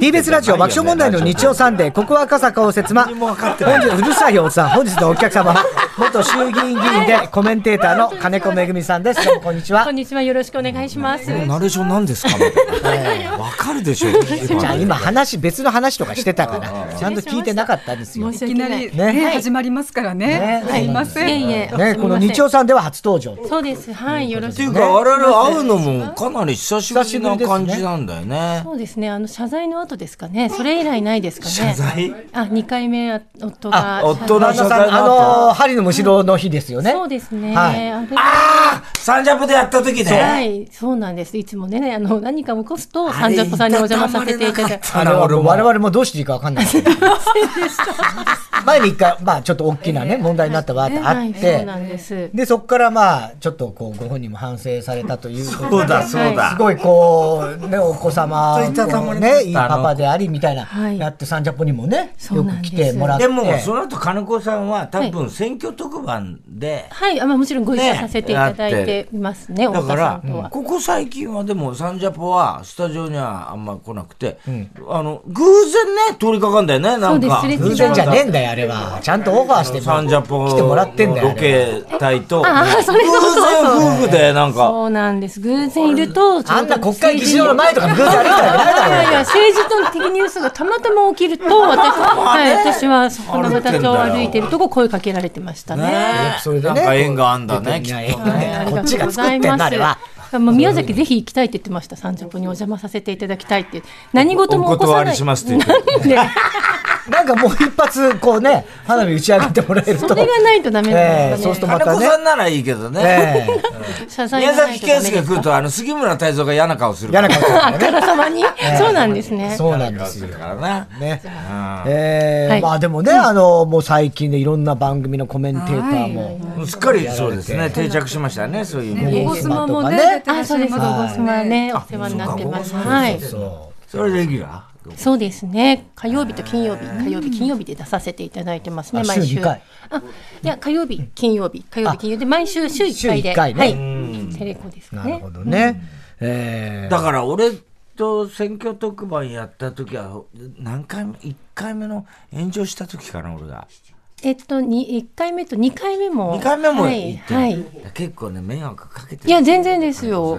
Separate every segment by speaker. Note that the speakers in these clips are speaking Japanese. Speaker 1: TBS ラジオ爆笑問題の日曜サンデー、ここは赤坂を説ま。本日、うるさいおさん、本日のお客様、元衆議院議員でコメンテーターの金子めぐみさんです。どうもこんにちは。
Speaker 2: こんにちは、よろしくお願いします。
Speaker 3: ナレーションなんですかみたいな わかるでしょう。
Speaker 1: じゃあ今話、別の話とかしてたから、ちゃんと聞いてなかったんですよ
Speaker 2: 申。し
Speaker 4: い
Speaker 2: 訳
Speaker 4: きな
Speaker 2: ない。
Speaker 4: り、
Speaker 1: ね
Speaker 4: ね
Speaker 1: はい
Speaker 4: 始まりますから
Speaker 1: ね
Speaker 4: ね。すい
Speaker 2: い
Speaker 4: ま
Speaker 2: え
Speaker 4: せん。
Speaker 2: いえ、
Speaker 1: ね、
Speaker 2: すみません
Speaker 1: この日曜さんでは初登場。
Speaker 2: そうです。はい、よろ
Speaker 3: ってい
Speaker 2: し
Speaker 3: う
Speaker 2: く。
Speaker 3: か、我々会うのもかなり久しぶりな感じなんだよね。
Speaker 2: そうですね。あの謝罪の後ですかね。それ以来ないですかね。
Speaker 3: 謝罪
Speaker 2: あ、二回目あ夫が。
Speaker 3: あ夫の
Speaker 1: 旦那さん、あのー、針のむしろの日ですよね。
Speaker 2: そうですね。
Speaker 1: はい
Speaker 2: 安倍
Speaker 3: ああサンジャポでやった時
Speaker 2: は
Speaker 3: ね。
Speaker 2: い、そうなんです。いつもね、あの何か起こすとサンジャポさんにお邪魔させていただいて。
Speaker 1: あの、我々もどうしていいかわかんない。前に一回、まあ、ちょっと大きなね、問題になったわってあっ
Speaker 2: はい、そう
Speaker 1: て
Speaker 2: な、んです。
Speaker 1: で、そこからまあ、ちょっとこう、ご本人も反省されたということ
Speaker 3: そう
Speaker 1: で、
Speaker 3: だ、そう
Speaker 1: す
Speaker 3: だ。
Speaker 1: ごいこう、ね、お子様
Speaker 3: ずっといたたま
Speaker 1: を
Speaker 3: れなかった
Speaker 1: ね、いいパパでありみたいな
Speaker 2: は、い
Speaker 1: やってサンジャポにもね、
Speaker 2: そ
Speaker 1: よ
Speaker 2: うな
Speaker 1: く
Speaker 2: んで
Speaker 1: 来
Speaker 2: す
Speaker 1: てもらって。
Speaker 3: でも、その後金子さんは多分選挙特番で、
Speaker 2: はい、あ、まあもちろんご一緒
Speaker 3: ね
Speaker 2: させていただいていますね。
Speaker 3: だ
Speaker 2: 太
Speaker 3: か
Speaker 2: 田さ
Speaker 3: ら
Speaker 2: んとは。、
Speaker 3: ここ最近はでも、サンジャポは、スタジオにはあんま来なくて、あの、偶然ね、通りかかんだよね、なんか。
Speaker 2: そうです
Speaker 1: 偶然じゃねえんだよ、あれは。ちゃんとオファーしても
Speaker 3: サンジャポ
Speaker 1: 来てもらってんだよ。
Speaker 3: ロケ隊と、偶
Speaker 2: ああそれそうそうそう
Speaker 3: 然夫婦で、なんか、
Speaker 2: そうなんです。偶然いると、
Speaker 1: あんな国会議事堂の前とか偶然歩いたら
Speaker 2: い
Speaker 1: ないだろうよ
Speaker 2: やいや、政治と的ニュースがたまたま起きると、私、はい、私はそこの形を歩いてるとこ声かけられてましたね。
Speaker 3: ね
Speaker 1: それでね
Speaker 3: なんか縁があんだね、
Speaker 1: い
Speaker 3: きっ
Speaker 1: や
Speaker 3: と
Speaker 1: いやこっちが作ってんだ、あれは。
Speaker 2: もう宮崎ぜひ行きたいって言ってました。三十分にお邪魔させていただきたいって。何事も起こさ
Speaker 3: お断
Speaker 2: ない。
Speaker 3: りしますって言って
Speaker 2: なんで
Speaker 1: なんかもう一発、こうね、花火打ち上げてもらえると。
Speaker 2: それがないとダメなんです
Speaker 1: ええそう
Speaker 2: か
Speaker 1: する
Speaker 2: ね。
Speaker 1: ま
Speaker 3: 金
Speaker 1: たね
Speaker 3: 子さんならいいけどね。
Speaker 1: ええ
Speaker 2: 謝罪
Speaker 3: 宮
Speaker 2: がない
Speaker 3: 崎
Speaker 2: とダメ
Speaker 3: 圭
Speaker 2: です
Speaker 3: 介来ると、あの、杉村太蔵が嫌な顔するか
Speaker 1: 嫌な
Speaker 3: ら。
Speaker 1: 顔だ
Speaker 2: あからさまに。そうなんです ね。
Speaker 1: そうなんです
Speaker 3: す
Speaker 1: よ
Speaker 3: る。からね。
Speaker 1: ね。
Speaker 3: うん
Speaker 1: えー
Speaker 2: はい
Speaker 1: まあでもね、あの、もう最近でいろんな番組のコメンテーターも。
Speaker 3: もうすっかりそうですね、定着しましたね、そういうの
Speaker 4: ね
Speaker 3: も。
Speaker 4: ゴスマも
Speaker 1: ね
Speaker 4: ね、出てら
Speaker 2: あ、
Speaker 4: っし
Speaker 2: そ
Speaker 4: ゃ
Speaker 2: うで
Speaker 4: い
Speaker 2: す。
Speaker 4: ま
Speaker 2: ゴ
Speaker 4: すもん
Speaker 2: スマね、お世話になってます。はい。
Speaker 1: そ
Speaker 3: それレギュラー
Speaker 2: そうですね。火曜日と金曜日、火曜日、金曜日で出させていただいてますね。
Speaker 1: あ
Speaker 2: 毎
Speaker 1: 週
Speaker 2: 週。
Speaker 1: 二回
Speaker 2: あ、いや、火曜日、金曜日、火曜日、金曜日で、毎週週一回
Speaker 1: 週
Speaker 2: で。
Speaker 1: 一回ね。
Speaker 2: はいうテレコです
Speaker 1: う。
Speaker 2: か
Speaker 1: なる
Speaker 2: ね
Speaker 1: ほ。どね。えー
Speaker 3: だから俺と選挙特番やった時は、何回目、1回目の炎上した時かな、俺が。
Speaker 2: えっと、に、一回目と二回目も。
Speaker 3: 2回目も
Speaker 2: は
Speaker 3: 行
Speaker 2: い。
Speaker 3: って、
Speaker 2: はい。
Speaker 3: 結構ね、迷惑かけて
Speaker 2: いや、全然ですよ。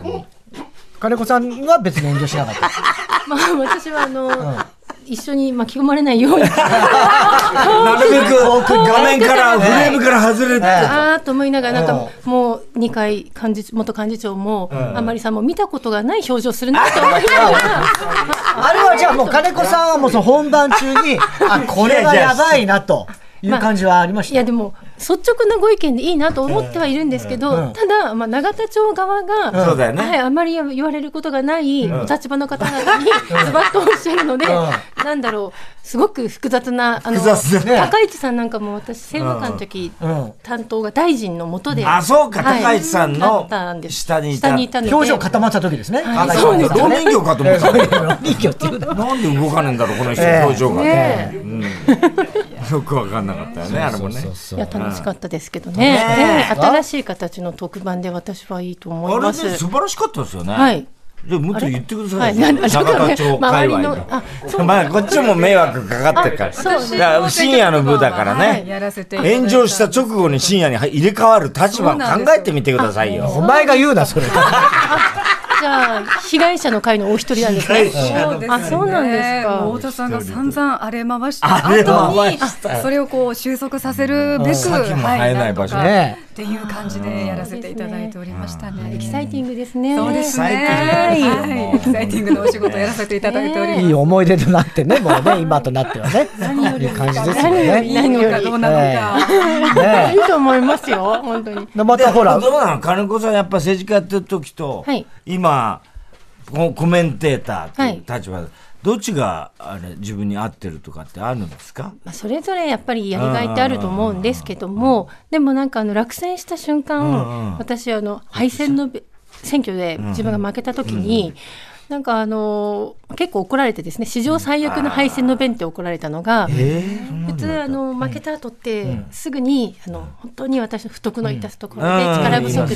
Speaker 1: 金子さんは別に炎上しなかった。
Speaker 2: まあ、私は、あの。一緒に巻き込まれないように。
Speaker 3: なるべく画面から、フレームから外れて。
Speaker 2: あーと思いながら、なんかもう二回幹事元幹事長も、あまりさんも見たことがない表情するなって思いながら、
Speaker 1: あれはじゃあもう金子さんはもうその本番中 に、あ、これがやばいなという感じはありまし
Speaker 2: い
Speaker 1: た。
Speaker 2: やでも率直なご意見でいいなと思ってはいるんですけど、ただ、まあ、永田町側が、
Speaker 3: そうだよね
Speaker 2: はい、あまり言われれることがないお立場の方々にズバッとおっしゃるので、なんだろうすごく複雑なあの
Speaker 3: 複雑だね
Speaker 2: 高市さんなんかも私政務官の時、
Speaker 1: うん
Speaker 2: 担当が大臣のもとで、
Speaker 3: あ、そうか、
Speaker 2: はい
Speaker 3: 高市さん
Speaker 2: だ
Speaker 3: の
Speaker 2: ったんです
Speaker 3: 下にいた。
Speaker 2: 下にいたので
Speaker 1: 表情固まった時ですね。
Speaker 2: は
Speaker 1: 金
Speaker 2: いそ
Speaker 1: 子
Speaker 2: う
Speaker 3: ど
Speaker 1: さん
Speaker 2: です
Speaker 1: が
Speaker 3: う
Speaker 1: ね
Speaker 3: 人形かと思った。
Speaker 1: 人形っていうの
Speaker 3: なんで動かねえんだろう、この人、
Speaker 1: ええ
Speaker 3: 表情が。
Speaker 2: ね え
Speaker 3: よくわかんなかったよね、あれもね。
Speaker 2: いや楽しかったですけどね。ね新しい形の特番で私はいいと思
Speaker 3: あ
Speaker 2: い
Speaker 3: れ
Speaker 2: ま
Speaker 3: ね、
Speaker 2: す。
Speaker 3: 素晴らしかったですよね。
Speaker 2: はい。
Speaker 3: でもっと言ってくだ
Speaker 2: は
Speaker 3: さい
Speaker 2: い、
Speaker 3: よ。
Speaker 2: なんかちょっと
Speaker 3: 中
Speaker 2: ね
Speaker 3: 田町界隈
Speaker 2: 周りのあ
Speaker 3: の。まあ、こっちも迷惑かかってるから。だ
Speaker 2: そうで
Speaker 3: か
Speaker 2: す
Speaker 3: ら深夜の部だから
Speaker 4: はいや
Speaker 3: ね。
Speaker 4: らせていただいた
Speaker 3: 炎上した直後に深夜に入れ替わる立場を考えてみてくださいよ。
Speaker 1: お前が言うな、それ。
Speaker 2: じゃあ被害者の会のお一人なんですね。
Speaker 4: そうですね
Speaker 2: あそうなんですか
Speaker 4: もう太田さんが散々荒れ回した
Speaker 3: 荒れ
Speaker 4: 後
Speaker 3: 回
Speaker 4: に
Speaker 3: したよ
Speaker 4: それをこう収束させるべく、
Speaker 3: 先も生えない場所
Speaker 4: はなん
Speaker 1: ね
Speaker 4: とかっていう感じでやらせていただいておりましたね。
Speaker 2: エキサイティングですね。
Speaker 4: そうですね。
Speaker 3: エキサ
Speaker 4: は
Speaker 3: イティングですよもう
Speaker 4: い、エキサイティングのお仕事やらせていただいております。
Speaker 1: いい思い出となってね、もう ね、今となってはね。いう感じですよね。
Speaker 2: 何よ
Speaker 4: か
Speaker 2: り
Speaker 4: どうなのか。
Speaker 1: ね
Speaker 2: いいと思いますよ本当に。
Speaker 1: え。ま
Speaker 3: で
Speaker 1: たほら、
Speaker 3: どうなの金子さんやっぱ政治家やってる時と、
Speaker 2: はい
Speaker 3: 今ココメンテーターという立場で、どっちがあれ自分に合ってるとかってあるんですか
Speaker 2: まあ、それぞれやっぱりやりがいってあると思うんですけどもでもなんかあの落選した瞬間、私あの敗戦のべ選挙で自分が負けた時に、なんかあの結構怒られてですね史上最悪の敗戦の弁って怒られたのが、普通あの負けた後って、すぐにあの本当に私の不徳の致すところで力不足で、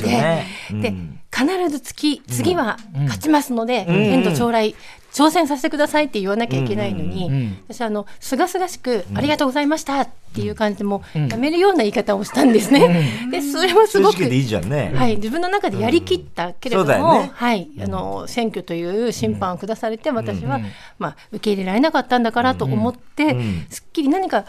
Speaker 2: で必ず次次は勝ちますので、遠藤将来挑戦させてくださいって言わなきゃいけないのに、私あのすがすがしく、ありがとうございましたっていう感じでもう、やめるような言い方をしたんですね。でそれもす
Speaker 3: 正
Speaker 2: ご
Speaker 3: 直
Speaker 2: く
Speaker 3: でいいじゃんね。
Speaker 2: はい、自分の中でやりきったけれど
Speaker 3: うんそうだ
Speaker 2: も、
Speaker 3: よね
Speaker 2: はい、あの選挙という審判を下されて、私は、まあ、受け入れられなかったんだからと思って、すっきり何か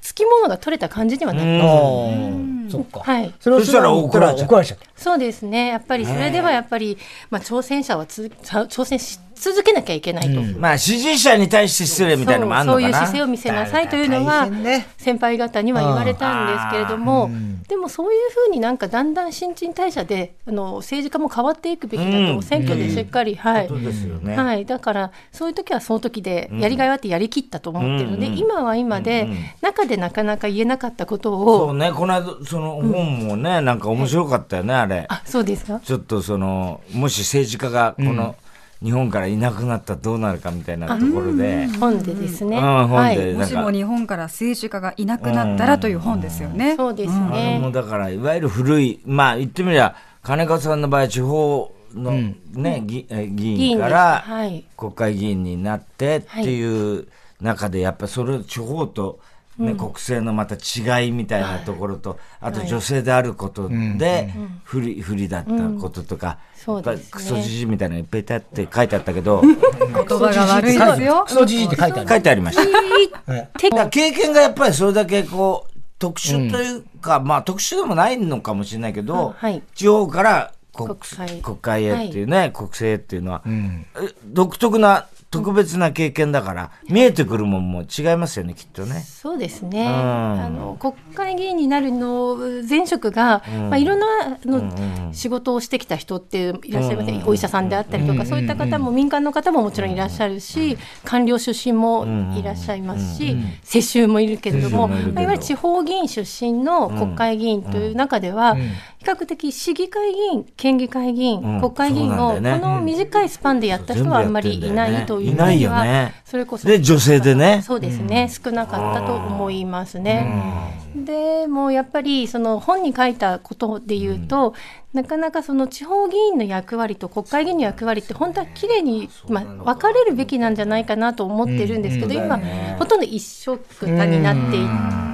Speaker 2: つきものが取れた感じにはなって、
Speaker 1: ああ、そっか。
Speaker 2: はい、
Speaker 1: それを
Speaker 3: そしたら怒られちゃう
Speaker 1: 怒られちゃった。
Speaker 2: そうですねやっぱりそれではやっぱり、まあ、挑戦者はつさ挑戦し続けなきゃいけないと。
Speaker 3: まあ支持者に対して失礼みたいなのもあ
Speaker 2: そ
Speaker 3: んの
Speaker 2: うそう
Speaker 3: か
Speaker 2: いう
Speaker 3: な。
Speaker 2: 姿勢を見せなさいというのは
Speaker 1: 大変ね
Speaker 2: 先輩方には言われたんですけれどもでもそういうふうになんかだんだん新陳代謝であの政治家も変わっていくべきだ
Speaker 3: うん
Speaker 2: と選挙でしっかりはい
Speaker 3: そうですよね。
Speaker 2: はい、だからそういう時はその時でやりがいはあってやりきったと思ってるので、今は今で、中でなかなか言えなかったこと
Speaker 3: そう
Speaker 2: を
Speaker 3: ね、この間、その本もね、なんか面白かったよね、あれ。
Speaker 2: あそうですか
Speaker 3: ちょっとその、もし政治家がこの日本からいなくなったらどうなるかみたいなところで、
Speaker 2: 本でですね、
Speaker 3: うん本で
Speaker 2: はい、
Speaker 4: もしも日本から政治家がいなくなったらという本ですよね。
Speaker 2: そうです
Speaker 3: あれも
Speaker 2: ね、
Speaker 3: だから、いわゆる古い、まあ言ってみりゃ、金子さんの場合、地方のね、議え議
Speaker 2: 議
Speaker 3: 員
Speaker 2: 員
Speaker 3: か
Speaker 2: です
Speaker 3: ら
Speaker 2: はい
Speaker 3: 国会議員になってっていう中で、やっぱそれ、地方と、ね、国政のまた違いみたいなところと、あと女性であることで、不利、不利だったこととか、
Speaker 2: そうです
Speaker 3: やっ
Speaker 2: ね
Speaker 3: ぱりクソじじいみたいなのいっぱいいたって書いてあったけ ど、
Speaker 4: 言葉が悪いですよ
Speaker 1: ク。ソじじいって書いてある。
Speaker 3: 書いてありました。
Speaker 1: はい
Speaker 3: だから経験がやっぱりそれだけこう特殊というか、まあ特殊でもないのかもしれないけど、
Speaker 2: あはい
Speaker 3: 地方から国
Speaker 2: 国会
Speaker 3: 国会へっていうね、国政っていうのは、え独特な特別な経験だから、見えてくるもんも違いますよねきっとね。
Speaker 2: そうです
Speaker 3: ん
Speaker 2: ね、あの国会議員になるの前職が、まあ、いろんなあの仕事をしてきた人っていらっしゃいますね、お医者さんであったりとか、そういった方も民間の方ももちろんいらっしゃるし、官僚出身もいらっしゃいますし、世襲もいるけれども、
Speaker 3: 世襲もいるけど
Speaker 2: まあいわゆる地方議員出身の国会議員という中では、比較的市議会議員、県議会議員、
Speaker 3: うん
Speaker 2: 国会議員を
Speaker 3: そうな
Speaker 2: こ
Speaker 3: んだよね
Speaker 2: の短いスパンでやった人はあんまりいないという
Speaker 3: い
Speaker 2: 意
Speaker 3: ない
Speaker 2: 味で
Speaker 3: よ
Speaker 2: は、
Speaker 3: ね。
Speaker 2: それこそ
Speaker 3: で女性でね。
Speaker 2: そうですね、少なかったと思いますね。でもやっぱりその本に書いたことで言うと、なかなかその地方議員の役割と国会議員の役割って本当は綺麗にまあ分かれるべきなんじゃないかなと思ってるんですけど、今、ほとんど一緒くたになっ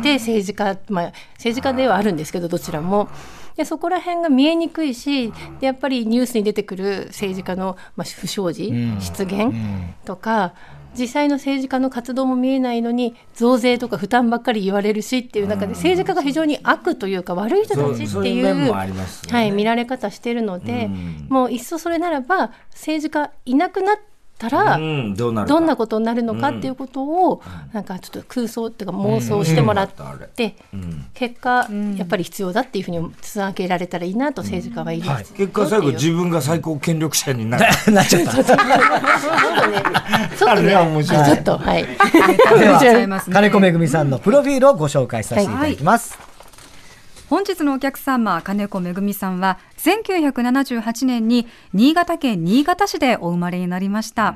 Speaker 2: ていて、政治家、まあ、政治家ではあるんですけどどちらも。でそこら辺が見えにくいしでやっぱりニュースに出てくる政治家の、まあ、不祥事、失言とか実際の政治家の活動も見えないのに増税とか負担ばっかり言われるしっていう中で政治家が非常に悪というか悪い人
Speaker 3: そ
Speaker 2: た
Speaker 3: う
Speaker 2: ちっ
Speaker 3: そう
Speaker 2: て
Speaker 3: い
Speaker 2: いう
Speaker 3: 面
Speaker 2: う
Speaker 3: もありますよね
Speaker 2: はい、見られ方してるのでもういっそそれならば政治家いなくなったら、
Speaker 3: うんどうなるか。
Speaker 2: どんなことになるのかっていうことを、なんかちょっと空想っていうか妄想してもらって、結果、やっぱり必要だっていうふうにつなげられたらいいなと政治家は言います、
Speaker 3: 結果最後自分が最高権力者になる。
Speaker 1: な っちゃ った。
Speaker 2: ちょっとね ちょっと
Speaker 3: あれ
Speaker 2: ね
Speaker 3: は面白い
Speaker 2: ちょっとはい
Speaker 1: で
Speaker 4: 出ちゃいま
Speaker 1: は
Speaker 4: す、ね
Speaker 1: 金子めぐみさんのプロフィールをご紹介させていただきます。
Speaker 4: 本日のお客様、金子めぐみさんは、1978年に新潟県新潟市でお生まれになりました。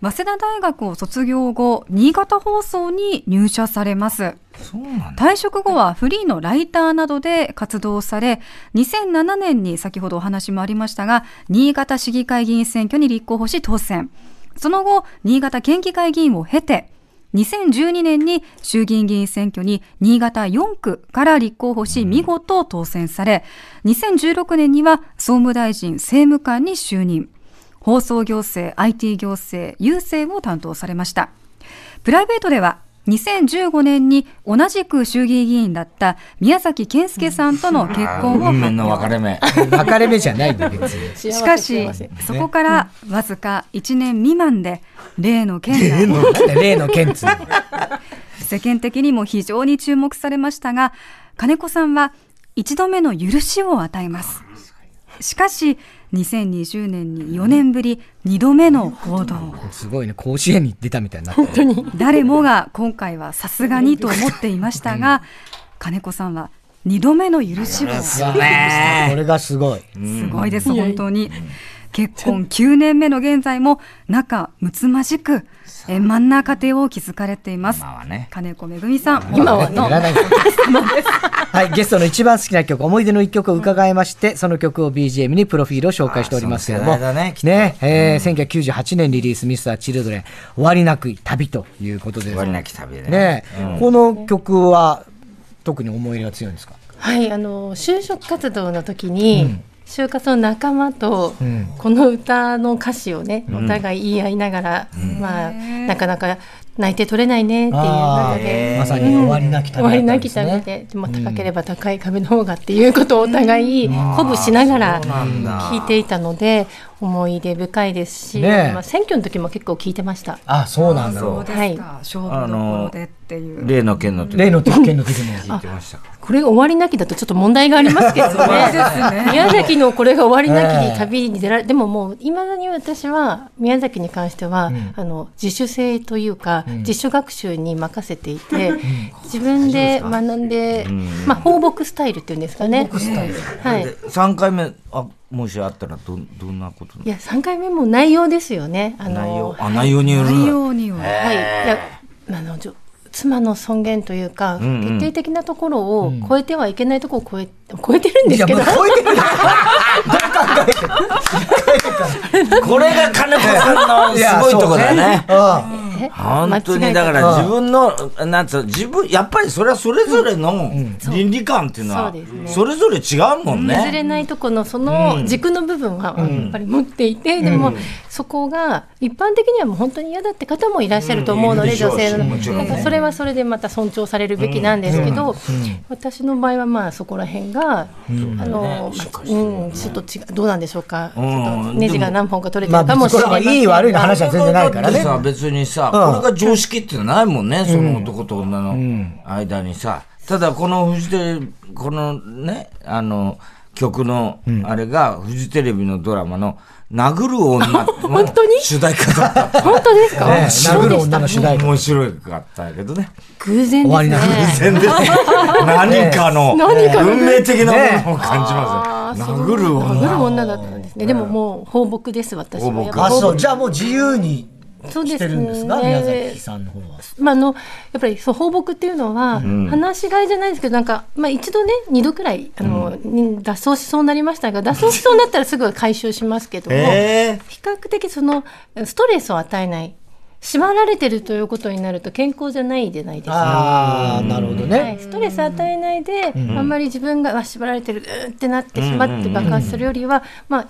Speaker 4: 早稲田大学を卒業後、新潟放送に入社されます。
Speaker 3: そうなんだ。
Speaker 4: 退職後はフリーのライターなどで活動され、2007年に先ほどお話もありましたが、新潟市議会議員選挙に立候補し当選。その後、新潟県議会議員を経て、2012年に衆議院議員選挙に新潟4区から立候補し見事当選され、2016年には総務大臣政務官に就任。放送行政、IT 行政、郵政を担当されました。プライベートでは2015年に同じく衆議院議員だった宮崎健介さんとの結婚を
Speaker 3: 運命
Speaker 4: 発
Speaker 3: の分か
Speaker 4: 表。
Speaker 3: れ目。
Speaker 1: 分かれ目じゃないんだ別 に。
Speaker 2: 幸
Speaker 4: し
Speaker 2: せ
Speaker 4: か
Speaker 2: 幸
Speaker 4: し
Speaker 2: せ、
Speaker 4: そこからわずか1年未満で、例の件が
Speaker 1: なんで例の件っつうの
Speaker 4: 世間的にも非常に注目されましたが、金子さんは一度目の許しを与えます。しかし、2020年に4年ぶり2度目の報道。
Speaker 1: すごいね甲子園に出たみたいになってる。
Speaker 4: 誰もが今回はさすがにと思っていましたが、金子さんは2度目の許しを。
Speaker 1: これがすごい。
Speaker 4: すごいです、本当に。結婚9年目の現在も仲睦まじく円満な家庭を築かれています
Speaker 3: 今はね。
Speaker 4: 金子めぐみさん
Speaker 2: 今はね
Speaker 4: の
Speaker 1: いらない はい、ゲストの一番好きな曲、思い出の一曲を伺いまして、その曲を BGM にプロフィールを紹介しておりますけども、
Speaker 3: あーその世代だねきっと
Speaker 1: えー1998年リリース、ミスターチルドレン、終わりなく旅ということです
Speaker 3: 終わりなき旅でね。
Speaker 1: ねえ、この曲は特に思い入れが強いんですか
Speaker 2: はい、あの就職活動の時に、就活の仲間と、この歌の歌詞をね、お互い言い合いながら、まあなかなか内定取れないねっていう
Speaker 1: あ
Speaker 2: 中
Speaker 1: ー
Speaker 2: で。
Speaker 1: まさに終わりなき旅
Speaker 2: 終
Speaker 1: だっ
Speaker 2: わ
Speaker 1: た
Speaker 2: り
Speaker 1: ん
Speaker 2: な
Speaker 1: で
Speaker 2: き
Speaker 1: すね、
Speaker 2: たみで、でも高ければ高い壁の方がっていうことをお互い鼓舞しながら聞いていたので、思い出深いですし、
Speaker 1: ねえ
Speaker 2: まあ選挙の時も結構聞いてました。
Speaker 1: あ、そうなんだ
Speaker 4: そ
Speaker 1: ろ
Speaker 4: う
Speaker 1: う。
Speaker 4: ですか、勝負どころでっていう
Speaker 3: 例の件の時
Speaker 1: 例の特権の時も。
Speaker 3: 聞いてましたか
Speaker 2: これが終わりなきだとちょっと問題がありますけど ね。宮崎のこれが終わりなきに旅に出られ、でももう、いまだに私は宮崎に関しては、あの、自主性というか、自主学習に任せていて、自分で学んで、まあ、放牧スタイルっていうんですかね。はい。
Speaker 3: で三回目あもしあったらどんどんなこと
Speaker 2: いや、3回目も内容ですよね。あの
Speaker 3: 内容あ内容による
Speaker 4: 内容には
Speaker 2: はい、いやあのちょ妻の尊厳というか、
Speaker 3: んうん
Speaker 2: 決定的なところを超えてはいけないところを超え超えてるんで
Speaker 1: い
Speaker 2: す
Speaker 1: や、
Speaker 2: け
Speaker 1: も
Speaker 2: ど
Speaker 1: う超えてるよ。
Speaker 3: これが金子さんのすごいとこだね。
Speaker 1: うん
Speaker 2: え
Speaker 3: 本当
Speaker 2: 間違
Speaker 3: に
Speaker 2: え
Speaker 3: だ
Speaker 2: た
Speaker 3: から自分のなんつうの自分やっぱりそれはそれぞれの倫理観っていうのは
Speaker 2: そうですね
Speaker 3: それぞれ違うもん
Speaker 2: 譲れ
Speaker 3: ね。
Speaker 2: ないとこのその軸の部分はやっぱり持っていて、でもそこが一般的にはもう本当に嫌だって方もいらっしゃると思うの
Speaker 3: うんい
Speaker 2: で、
Speaker 3: るでしょう
Speaker 2: 女性の
Speaker 3: もちろん
Speaker 2: な
Speaker 3: ね
Speaker 2: んかそれはそれでまた尊重されるべきなんですけど、私の場合はまあそこら辺が、あの、まあうん、ちょっと違うどうなんでしょうか、
Speaker 3: うん
Speaker 2: ちょっとネジが何本か取れて
Speaker 1: まあ、
Speaker 2: るかもし
Speaker 1: こ
Speaker 2: れ
Speaker 1: れはい
Speaker 2: なませんが
Speaker 1: いい悪いの話は全然ないから
Speaker 3: だって
Speaker 1: ね。
Speaker 3: さ別にさ、
Speaker 1: うん
Speaker 3: これが常識っていうのはないもんね、その男と女の間にさ。ただこのフジテレビ、このね、あの、曲の、あれが、フジテレビのドラマの、殴る女 の
Speaker 2: 当に
Speaker 3: 主題歌だったって
Speaker 2: 本当ですか、
Speaker 1: ね
Speaker 2: そ う
Speaker 1: 殴る
Speaker 2: でした
Speaker 1: 女の主題歌。
Speaker 3: 面白かったけどね。
Speaker 2: 偶然
Speaker 1: 終わり
Speaker 2: で
Speaker 1: な
Speaker 2: す
Speaker 1: く
Speaker 2: ね。
Speaker 3: 全然何かの
Speaker 2: 何かの
Speaker 3: 運命的なものを感じ
Speaker 2: あ
Speaker 3: ま
Speaker 2: ー
Speaker 3: す
Speaker 2: そ
Speaker 3: よ。
Speaker 2: う
Speaker 3: 殴る
Speaker 2: 殴る
Speaker 3: 女。
Speaker 2: 女だったんですね。でももう放牧です私は。
Speaker 3: 放牧
Speaker 2: やっぱ
Speaker 1: あ、そう。じゃあもう自由に
Speaker 2: そうで
Speaker 1: して
Speaker 2: す
Speaker 1: るんですか宮崎さんの方は。
Speaker 2: まああのやっぱりそう放牧っていうのは、話し飼いじゃないですけどなんかまあ一度ね二度くらいあの、に脱走しそうになりましたが脱走しそうになったらすぐ回収しますけども、
Speaker 3: ええ。
Speaker 2: 比較的そのストレスを与えない縛られてるということになると健康じゃないじゃないですか。
Speaker 1: ああ、なるほど
Speaker 2: はい、
Speaker 1: ね。
Speaker 2: ストレス与えないで、あんまり自分があ縛られてるうーってなってしまって爆発するよりは、まあ、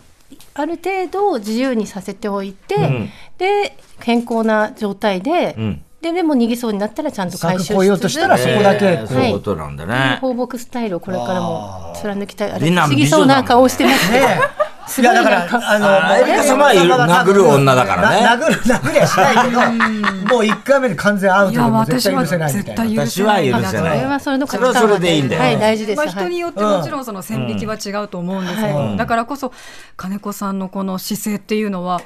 Speaker 2: ある程度自由にさせておいて、で健康な状態で、
Speaker 3: ん
Speaker 2: ででも逃げそうになったらちゃんと回収し
Speaker 1: 柵越えようと
Speaker 2: つつ
Speaker 1: したらそこだけ
Speaker 3: ええそういうことなんだね。
Speaker 2: 放牧スタイルをこれからも貫きたいあれ
Speaker 3: 美
Speaker 2: 不
Speaker 3: 男
Speaker 2: 思議そうな顔してますね。
Speaker 1: いやだから、あ
Speaker 3: あーエリカ様は殴る女だからね
Speaker 1: な殴る、殴りはしないけど、もう一回目で完全アウ
Speaker 4: い
Speaker 1: トで
Speaker 4: や
Speaker 1: もう
Speaker 4: 私
Speaker 1: 絶
Speaker 4: は
Speaker 1: 対許せないみ
Speaker 4: 絶
Speaker 1: たい
Speaker 4: 対
Speaker 1: な。
Speaker 4: 許せない
Speaker 3: 私は許せ
Speaker 2: そ
Speaker 3: ない
Speaker 2: れはそれの価値観
Speaker 3: それはそれでいいんだよね
Speaker 2: はい、大事です。
Speaker 4: まあ、人
Speaker 2: はい
Speaker 4: によってもちろんその線引きは違うと思うんですけど、だからこそ金子さんのこの姿勢っていうのは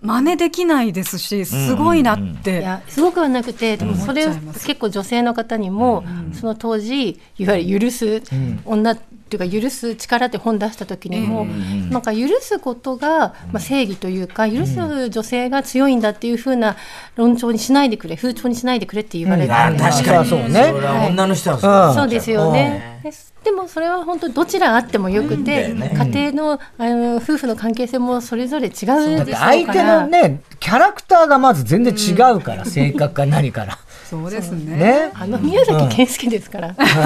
Speaker 4: 真似できないですしすごいなって、
Speaker 2: いやすごくはなくてでもそれを
Speaker 4: 思っちゃいます
Speaker 2: 結構女性の方にも、その当時いわゆる許す女っていうか許す力って本出した時にも、なんか許すことが、まあ、正義というか許す女性が強いんだっていうふうな論調にしないでくれ風潮にしないでくれって言われて
Speaker 3: あ
Speaker 2: るん
Speaker 3: ー
Speaker 2: です
Speaker 3: 確かに
Speaker 1: そうそうね
Speaker 3: それは女の人は
Speaker 1: うん
Speaker 2: そうですよね。ででもそれは本当どちらあってもよくて、家庭のあの夫婦の関係性もそれぞれ違うでしょ
Speaker 1: だっ
Speaker 2: う
Speaker 1: て
Speaker 2: から
Speaker 1: 相手のね、キャラクターがまず全然違うから、性格か何から。
Speaker 4: そうですね
Speaker 1: ね。
Speaker 2: あの宮崎健介ですから、しょうが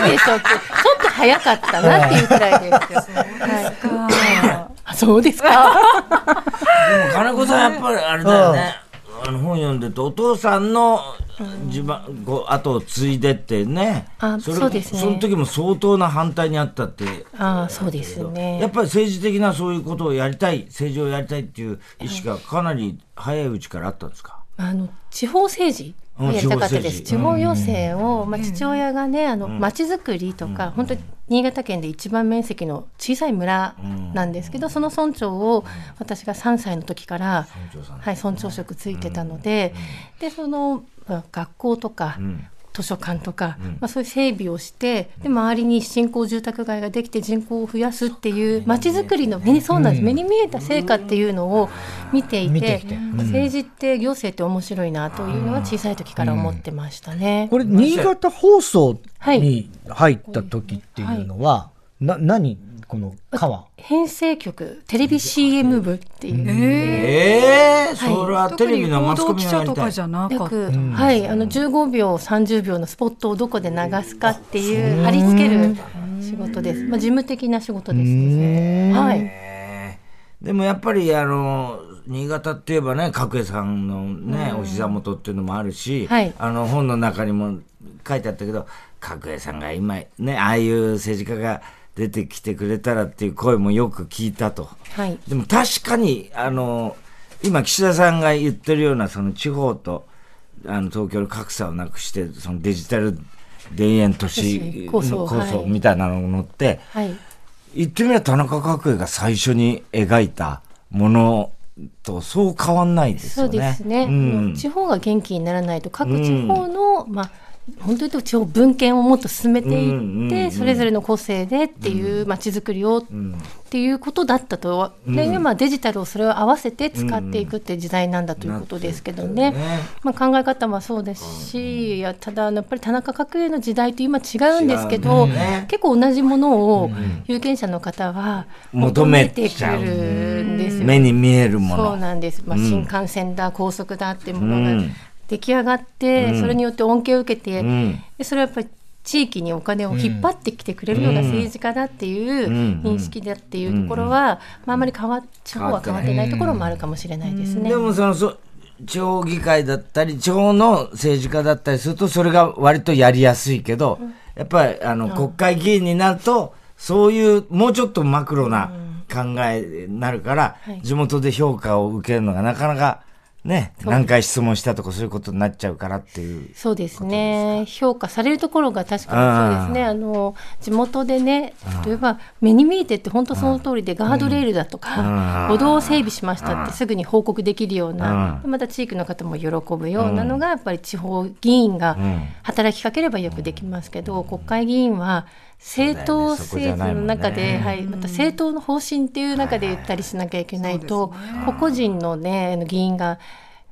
Speaker 2: ないでしょって、ちょっと早かったなっていうくらいです。 はいあそうですか。
Speaker 3: でも金子さんやっぱりあれだよね、あの本読んでるとお父さんの自慢こう後を継いでってね
Speaker 2: あ
Speaker 3: れ
Speaker 2: そうですね
Speaker 3: その時も相当な反対にあったって
Speaker 2: ああ、そうですよ
Speaker 3: やっ
Speaker 2: ね。
Speaker 3: ぱり政治的なそういうことをやりたい政治をやりたいっていう意識がかなり早いうちからあったんですか
Speaker 2: あの地方政治。をやりたかったです。
Speaker 3: うん
Speaker 2: 地方要請を、まあ、父親がね、あの、町づくりとか、本当に新潟県で一番面積の小さい村なんですけど、その村長を私が3歳の時から、はい、村長職ついてたので、で、その、まあ学校とか、図書館とか、まあ、そういう整備をしてで周りに新興住宅街ができて人口を増やすっていう街づくりの目にそうなんです、目に見えた成果っていうのを見ていて
Speaker 1: 見てきてうん
Speaker 2: 政治って行政って面白いなというのは小さい時から思ってましたね。
Speaker 1: これ、新潟放送に入った時っていうのは、な、何この川。
Speaker 2: 編成局テレビ CM 部っていう、
Speaker 3: ええそれはテレビのマスコミ
Speaker 4: 記
Speaker 3: のや
Speaker 4: 者
Speaker 3: り
Speaker 4: と
Speaker 3: た
Speaker 4: か
Speaker 3: い
Speaker 4: じ。ゃなかっ
Speaker 2: 約、はい、あの15秒30秒のスポットをどこで流すかっていう貼り付ける仕事です、まあ、事務的な仕事ですね、はい、
Speaker 3: でもやっぱりあの新潟って言えばね角栄さんのね、お膝元っていうのもあるし、
Speaker 2: はい
Speaker 3: あの本の中にも書いてあったけど角栄さんが今ねああいう政治家が出てきてくれたらっていう声もよく聞いたと。
Speaker 2: はい
Speaker 3: でも確かにあの今岸田さんが言ってるようなその地方とあの東京の格差をなくしてそのデジタル田園都市の構
Speaker 2: 構想
Speaker 3: 想
Speaker 2: はい
Speaker 3: みたいなのって、
Speaker 2: はい、
Speaker 3: 言ってみれば田中角栄が最初に描いたものとそう変わんないです
Speaker 2: そ
Speaker 3: よ
Speaker 2: う
Speaker 3: ね。
Speaker 2: ですね、
Speaker 3: うん、
Speaker 2: 地方が元気にならないと各地方の、まあ本当に言うと地方文献をもっと進めていって、
Speaker 3: うんうんうん
Speaker 2: それぞれの個性でっていうまちづくりを、っていうことだったと、でまあ、デジタルをそれを合わせて使っていくって時代なんだということですけどね。まあ、考え方もそうですし、いやただあのやっぱり田中角栄の時代と今違うんですけど、結構同じものを有権者の方は
Speaker 3: 求
Speaker 2: 求
Speaker 3: め
Speaker 2: め
Speaker 3: て
Speaker 2: て
Speaker 3: き
Speaker 2: く
Speaker 3: ちゃう
Speaker 2: るんですよね
Speaker 3: 目に見えるも
Speaker 2: そう
Speaker 3: の。
Speaker 2: なんです、まあ、新幹線だ、高速だっても
Speaker 3: う
Speaker 2: のが
Speaker 3: ん
Speaker 2: 出来上がって、それによって恩恵を受けて、
Speaker 3: ん
Speaker 2: でそれはやっぱり地域にお金を引っ張ってきてくれるのが政治家だっていう認識だっていうところは、まあ、あまり変わ地方は変わってないところもあるかもしれないですね。
Speaker 3: でもそのそ地方議会だったり地方の政治家だったりするとそれが割とやりやすいけど、やっぱりあの国会議員になるとそういうもうちょっとマクロな考えになるから、
Speaker 2: はい
Speaker 3: 地元で評価を受けるのがなかなかね何回質問したとかそういうことになっちゃうからっていう。
Speaker 2: そうですね評価されるところが確かにそうですね、あの地元でね、例えば目に見えてって、本当その通りで、ガードレールだとか、歩道を整備しましたって、すぐに報告できるような、また地域の方も喜ぶようなのが、やっぱり地方議員が働きかければよくできますけど、国会議員は、政党
Speaker 3: そうだよねそこじゃ
Speaker 2: 政
Speaker 3: ない
Speaker 2: 治
Speaker 3: も
Speaker 2: の
Speaker 3: んね
Speaker 2: 中で、はい、また政党の方針っていう中で言ったりしなきゃいけないと、個々人のね、あの議員が、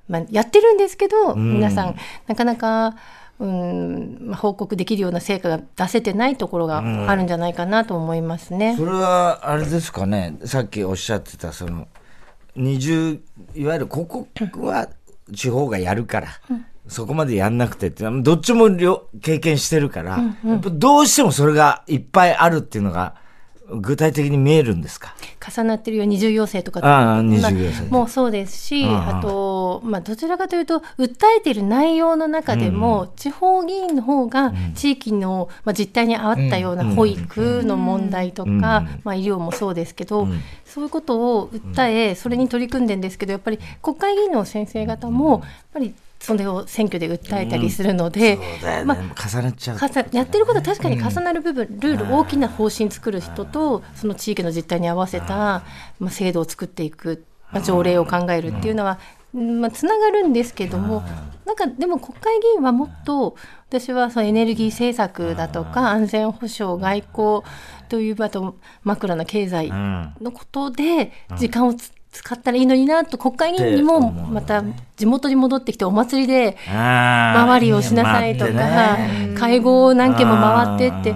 Speaker 2: まあ、やってるんですけど、皆さん、なかなか、うん、まあ報告できるような成果が出せてないところがあるんじゃないかなと思いますね。
Speaker 3: それはあれですかねさっきおっしゃってたその二重いわゆるここは地方がやるから、そこまでやんなくてってどっちも両経験してるから、やっぱどうしてもそれがいっぱいあるっていうのが具体的に見えるんですか
Speaker 2: 重なってるように二重要請とか
Speaker 3: ああ二重要請
Speaker 2: まあもうそうですし、
Speaker 3: んうん
Speaker 2: あと、まあ、どちらかというと訴えてる内容の中でも、地方議員の方が地域の、まあ、実態に合ったような保育の問題とか、まあ、医療もそうですけど、そういうことを訴えそれに取り組んでんですけどやっぱり国会議員の先生方もやっぱりそれを選挙で訴えたりするので、
Speaker 3: そうだよね、
Speaker 2: まあ
Speaker 3: 重なっちゃう
Speaker 2: かさやってることは確かに重なる部分、ルール大きな方針作る人とその地域の実態に合わせた、まあ、制度を作っていく、まあ、条例を考えるっていうのは、まあ、つながるんですけどもなんかでも国会議員はもっと私はそのエネルギー政策だとか安全保障外交というあとマクロな経済のことで時間をつ使ったらいいのになと国会議員にも
Speaker 3: って思うよね
Speaker 2: また地元に戻ってきてお祭りで
Speaker 3: 周
Speaker 2: 回りをしなさいとか、会合を何件も回ってって、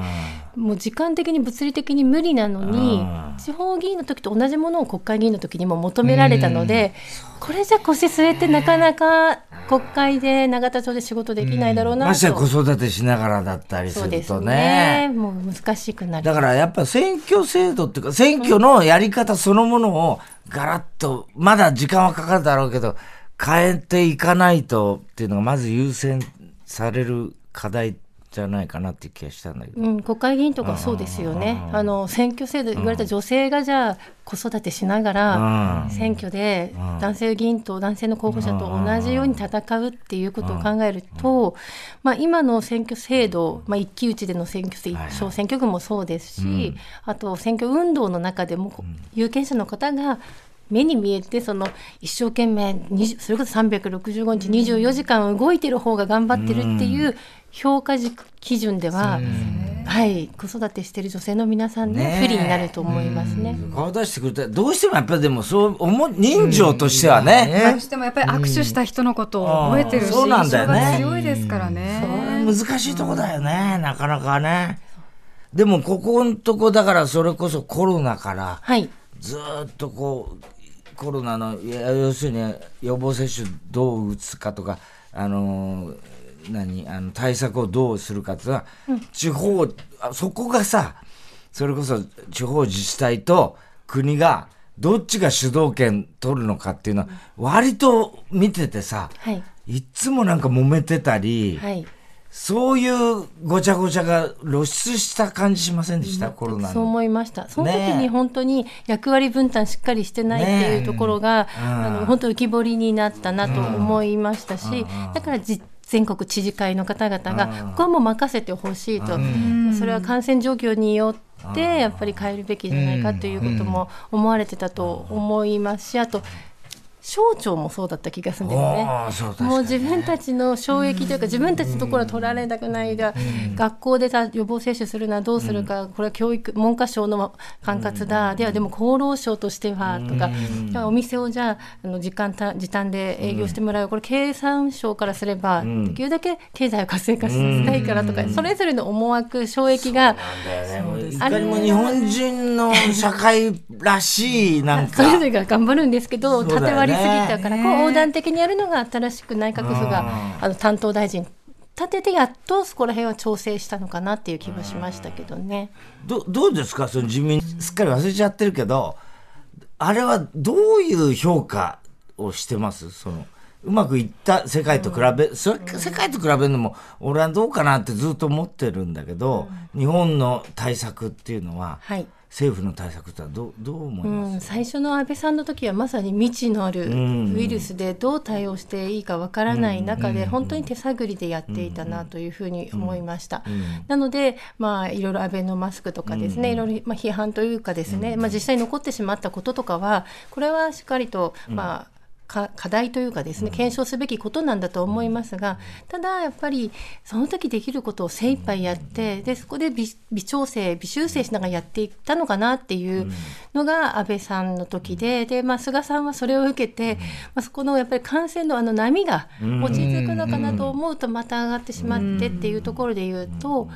Speaker 2: もう時間的に物理的に無理なのに、地方議員の時と同じものを国会議員の時にも求められたので、これじゃ腰据えてなかなか国会で永田町で仕事できないだろうな
Speaker 3: ましてや子
Speaker 2: と。
Speaker 3: 育てしながらだったりす
Speaker 2: そう
Speaker 3: る
Speaker 2: です
Speaker 3: と
Speaker 2: ね。もう難しくなる
Speaker 3: だ。からやっぱ選挙制度っていうか、選挙のやり方そのものをガラッと、まだ時間はかかるだろうけど、変えていかないとっていうのがまず優先される課題じゃないかなっていう気がしたんだけど。
Speaker 2: うん、国会議員とかそうですよね、あの選挙制度、言われた女性がじゃあ、子育てしながら、選挙で男性議員と男性の候補者と同じように戦うっていうことを考えると、まあ、今の選挙制度、まあ、一騎打ちでの選挙制、小選挙区もそうですし、あと選挙運動の中でも、有権者の方が、目に見えてその一生懸命20それこそ365日24時間動いてる方が頑張ってるっていう評価軸基準では、はい、子育てしてる女性の皆さん
Speaker 3: ね
Speaker 2: ね
Speaker 3: え
Speaker 2: 不利になると思いますね。
Speaker 3: 顔出してくれたらどうしてもやっぱりでもそう思う人情としてはね、
Speaker 1: ね
Speaker 4: どうしてもやっぱり握手した人のことを覚えてるし、
Speaker 3: うんそうなんだよね
Speaker 4: 印象が強いですからね。
Speaker 3: 難しいとこだよね、なかなかねでもここのとこだからそれこそコロナから
Speaker 2: はい、
Speaker 3: ずーっとこうコロナのいや要するに予防接種どう打つかとかあのー何あの対策をどうするかっていうのは、地方あそこがさそれこそ地方自治体と国がどっちが主導権取るのかっていうのは割と見ててさ、
Speaker 2: はい、
Speaker 3: いっつもなんか揉めてたり、
Speaker 2: はい。
Speaker 3: そういうごちゃごちゃが露出した感じしませんでした、コロナ
Speaker 2: そう
Speaker 3: の。
Speaker 2: 思いました。その時
Speaker 3: ねえ
Speaker 2: に本当に役割分担しっかりしてないって
Speaker 3: ね
Speaker 2: い
Speaker 3: え
Speaker 2: うところが、
Speaker 3: うん
Speaker 2: あの本当浮き彫りになったなと思いましたし、だからじ全国知事会の方々が、ここはもう任せてほしいと、それは感染状況によって、やっぱり変えるべきじゃないかということも思われてたと思いますし、あと、省庁もそうだった気がするんですね。
Speaker 3: ああ、そう確かに
Speaker 2: もう自分たちの衝撃というか、自分たちのところは取られたくないが、学校でさ予防接種するのはどうするか、これは教育文科省の管轄だ、ではでも厚労省としてはとか、じゃあお店をじゃああの時間た時短で営業してもらうよ、これ経産省からすれば、できるだけ経済を活性化させたいからとか、それぞれの思惑、衝撃が、
Speaker 3: いかにも日本人の社会らしい、なん
Speaker 2: そ
Speaker 3: か
Speaker 2: れ。ぞれが頑張るんですけど、
Speaker 3: そうだよね
Speaker 2: 縦割りすぎたから、こう横断的にやるのが新しく内閣府が、あの担当大臣立てて、やっとそこら辺は調整したのかなっていう気もしましたけどね。
Speaker 3: どどうですか、その自民、すっかり忘れちゃってるけど、あれはどういう評価をしてますそのうまくいった世界と比べ、それ世界と比べるのも、俺はどうかなってずっと思ってるんだけど、日本の対策っていうのは、
Speaker 2: はい
Speaker 3: 政府の対策ってのはどうどう思いうます、
Speaker 2: ん、最初の安倍さんの時はまさに未知のあるウイルスでどう対応していいかわからない中で本当に手探りでやっていたなというふうに思いました。なので、まあ、いろいろ安倍のマスクとかですね、いろいろ、まあ、批判というかですね、まあ、実際に残ってしまったこととかはこれはしっかりと、まあか課題というかですね検証すべきことなんだと思いますが、ただやっぱりその時できることを精一杯やって、でそこで微微調整微修正しながらやっていったのかなっていうのが安倍さんの時でで、まあ、菅さんはそれを受けて、まあ、そこのやっぱり感染のあの波が落ち着くのかなと思うとまた上がってしまってっていうところで言うと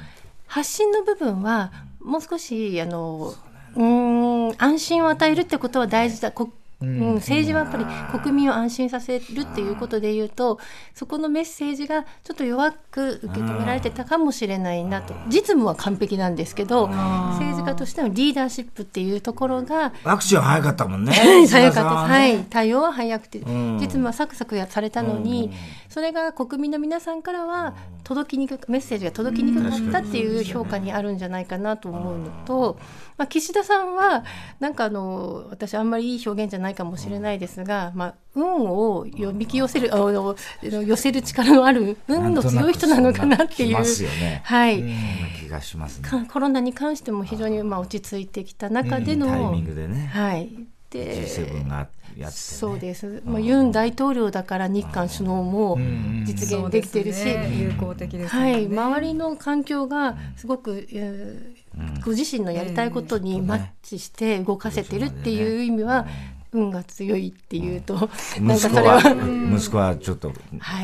Speaker 2: 発信の部分はもう少しあのうーん安心を与えるってことは大事だ。こうん、政治はやっぱり国民を安心させるっていうことでいうとそこのメッセージがちょっと弱く受け止められてたかもしれないなと実務は完璧なんですけど政治家としてのリーダーシップっていうところが
Speaker 3: ワクチンは早かったもんね。菅
Speaker 2: 早か
Speaker 3: さん
Speaker 2: った
Speaker 3: は
Speaker 2: です、
Speaker 3: ね
Speaker 2: はい、対応は早くて、
Speaker 3: ん
Speaker 2: 実務はサクサクやされたのに、それが国民の皆さんからは届きにくくメッセージが届きにくかったっていう評価にあるんじゃないかなと思うのと、まあ、岸田さんはなんかあの私あんまりいい表現じゃないかもしれないですが、まあ、運を呼び寄せるあの寄せる力のある運の強い人なのかなってい
Speaker 3: な
Speaker 2: う
Speaker 3: となくそうなってきま
Speaker 2: ん
Speaker 3: すよね
Speaker 2: はい
Speaker 3: そんな気がしますね。
Speaker 2: かコロナに関しても非常にまあ落ち着いてきた中での。
Speaker 3: タイミングでね。
Speaker 2: はいで
Speaker 3: G7 がやって、ね。
Speaker 2: そうです、まあ、ユン大統領だから日韓首脳も実現できてるし、
Speaker 4: そうですね有効的ですよ
Speaker 2: は
Speaker 4: ね。
Speaker 2: い、周りの環境がすごく、えーご自身のやりたいことにマッチして動かせてるっていう意味は、運が強いっていうと、なんか
Speaker 3: 息
Speaker 2: そ
Speaker 3: 子
Speaker 2: れ
Speaker 3: は
Speaker 2: は。
Speaker 3: 息子はちょっと
Speaker 2: は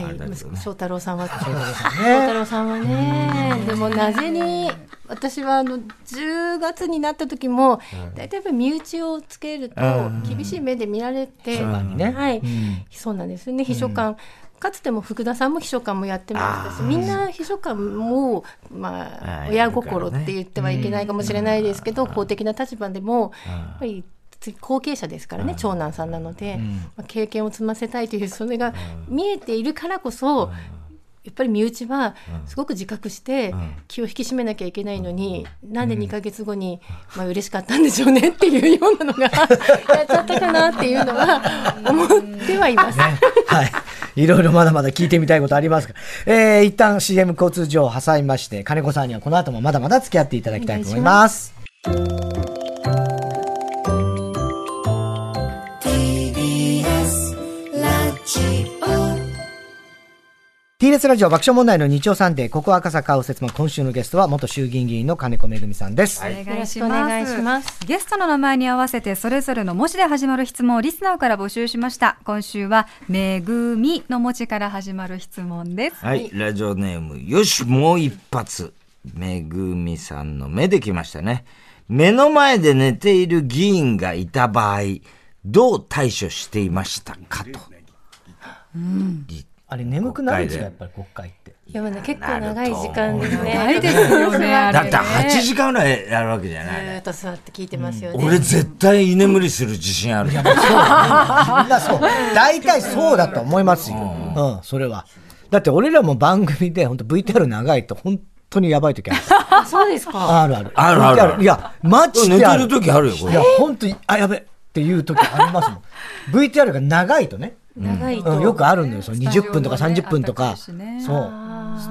Speaker 3: あ
Speaker 2: い、
Speaker 3: れだけ
Speaker 2: 息
Speaker 3: ど
Speaker 2: 子
Speaker 3: ね。
Speaker 2: 翔太郎さんは翔太郎さんはね、でもなぜに私はあの10月になった時も大体やっぱ身内をつけると厳しい目で見られて、
Speaker 1: ね
Speaker 2: はい、そうなんですね秘書官。かつても福田さんも秘書官もやってましたしみんな秘書官も、ま
Speaker 3: は
Speaker 2: あ、
Speaker 3: い
Speaker 2: 親心って言ってはいけないかもしれないですけど、公的な立場でもやっぱり次後継者ですからね長男さんなので、まあ経験を積ませたいというそれが見えているからこそ、やっぱり身内はすごく自覚して気を引き締めなきゃいけないのに、なんで2ヶ月後に、まあ嬉しかったんでしょうねっていうよう なのがやっちゃったかなっていうのは思ってはいます。
Speaker 1: はい。いろいろまだまだ聞いてみたいことありますが、えー、一旦 CM 交通情報を挟みまして、金子さんにはこの後もまだまだ付き合っていただきたいと思います。
Speaker 5: TBS ラジオ
Speaker 1: TBS TBS ラジオ爆笑問題の日曜サンデー、ここ赤坂を説も今週のゲストは元衆議院議員の金子恵美さんです。
Speaker 4: お願いし
Speaker 2: よろしくお願
Speaker 4: ま
Speaker 2: い
Speaker 4: す
Speaker 2: します
Speaker 4: ゲストの名前に合わせてそれぞれの文字で始まる質問をリスナーから募集しました今週は「めぐみ」の文字から始まる質問です
Speaker 3: はい、ラジオネーム、よし、もう一発。めぐみさんの目できましたね。目の前で寝ている議員がいた場合、どう対処していましたかと。り
Speaker 1: あれ、眠くなるんですか、やっぱり国会って。
Speaker 2: いやまだ結構長い時間ですね。
Speaker 4: 長いですよねあれ
Speaker 3: だって8時間ぐらいやるわけじゃない。
Speaker 2: ずーっと座って聞いてますよね。
Speaker 3: 俺絶対居眠りする自信ある。
Speaker 1: みんなそう。大体そうだと思いますよ。うん、それは。だって俺らも番組で、本当 VTR 長いと、本当にやばい時ある。
Speaker 2: あそうですか。
Speaker 1: あるある。
Speaker 3: あるあるある
Speaker 1: VTR いや、マジ
Speaker 3: 寝
Speaker 1: であ
Speaker 3: てる
Speaker 1: る。
Speaker 3: 時あるよ、こ
Speaker 1: い
Speaker 3: れ
Speaker 1: や、。本当に、あ、やべっていう時ありますもん。VTR が長いとね。
Speaker 2: 長い
Speaker 1: うん、
Speaker 2: と。
Speaker 1: よくあるんだよ。そう
Speaker 4: スタジオもね
Speaker 1: 20分とか30分と
Speaker 4: あった
Speaker 1: か。
Speaker 4: かいしね
Speaker 1: そう。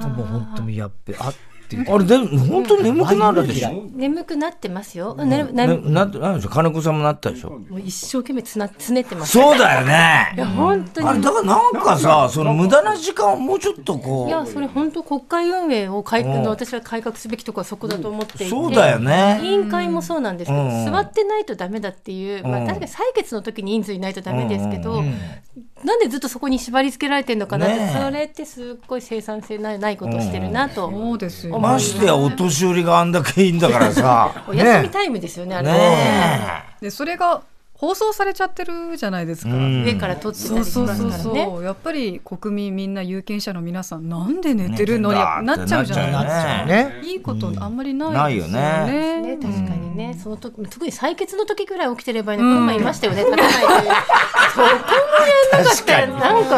Speaker 1: そうもう本当にやっべ、あっていう。
Speaker 3: あれ、でも本当に眠くなるでしょ
Speaker 2: 眠くなってますよ。ね
Speaker 3: な
Speaker 2: なも
Speaker 3: なってないでしょ金子さんもなったでしょ
Speaker 2: う一生懸命つなつねってます。い
Speaker 3: そうだよ ね。
Speaker 2: や本当
Speaker 3: あれ
Speaker 2: に。
Speaker 3: だからなんかさ、その無駄な時間をもうちょっとこ。
Speaker 2: いうやそれ本当国会運営を改
Speaker 3: うん
Speaker 2: 革私は改革すべきとこはそこだと思っていて、
Speaker 3: そうだよ
Speaker 2: 委
Speaker 3: ね。
Speaker 2: 員会もそうなんですけど、
Speaker 3: うん
Speaker 2: 座ってないとダメだっていう、まあ、
Speaker 3: うん
Speaker 2: 確かに採決の時に人数いないとダメですけど、
Speaker 3: うん
Speaker 2: なんでずっとそこに縛り付けられてるのかなって、
Speaker 3: ねえ
Speaker 2: それってすっごい生産性ないないことをしてるなと、
Speaker 4: そうですよ
Speaker 3: ましてやお年寄りがあんだけいいんだからさ。
Speaker 2: お休みタイムですよねあれ
Speaker 3: ね
Speaker 2: はね
Speaker 4: でそれが放送されちゃってるじゃないですか、
Speaker 3: え。
Speaker 2: 上から撮ってた
Speaker 4: そう
Speaker 2: りし
Speaker 4: そう
Speaker 2: ます
Speaker 4: そう
Speaker 2: から
Speaker 4: そう、
Speaker 2: ね。
Speaker 4: やっぱり国民みんな有権者の皆さんなんで寝てるのに
Speaker 3: 寝てんだって
Speaker 4: なっちゃうじゃ
Speaker 3: なっ
Speaker 4: ない
Speaker 3: ちゃう
Speaker 4: です
Speaker 3: よ
Speaker 4: か
Speaker 1: そうね。
Speaker 4: いいことあんまり
Speaker 3: な
Speaker 4: ないい
Speaker 3: よ
Speaker 4: ですよ
Speaker 3: ね
Speaker 2: ね、
Speaker 4: ね。
Speaker 2: 確かにね、その時特に採決の時ぐらい起きてればいいのか、今いましたよね、立たないでそこまでやんなかったら、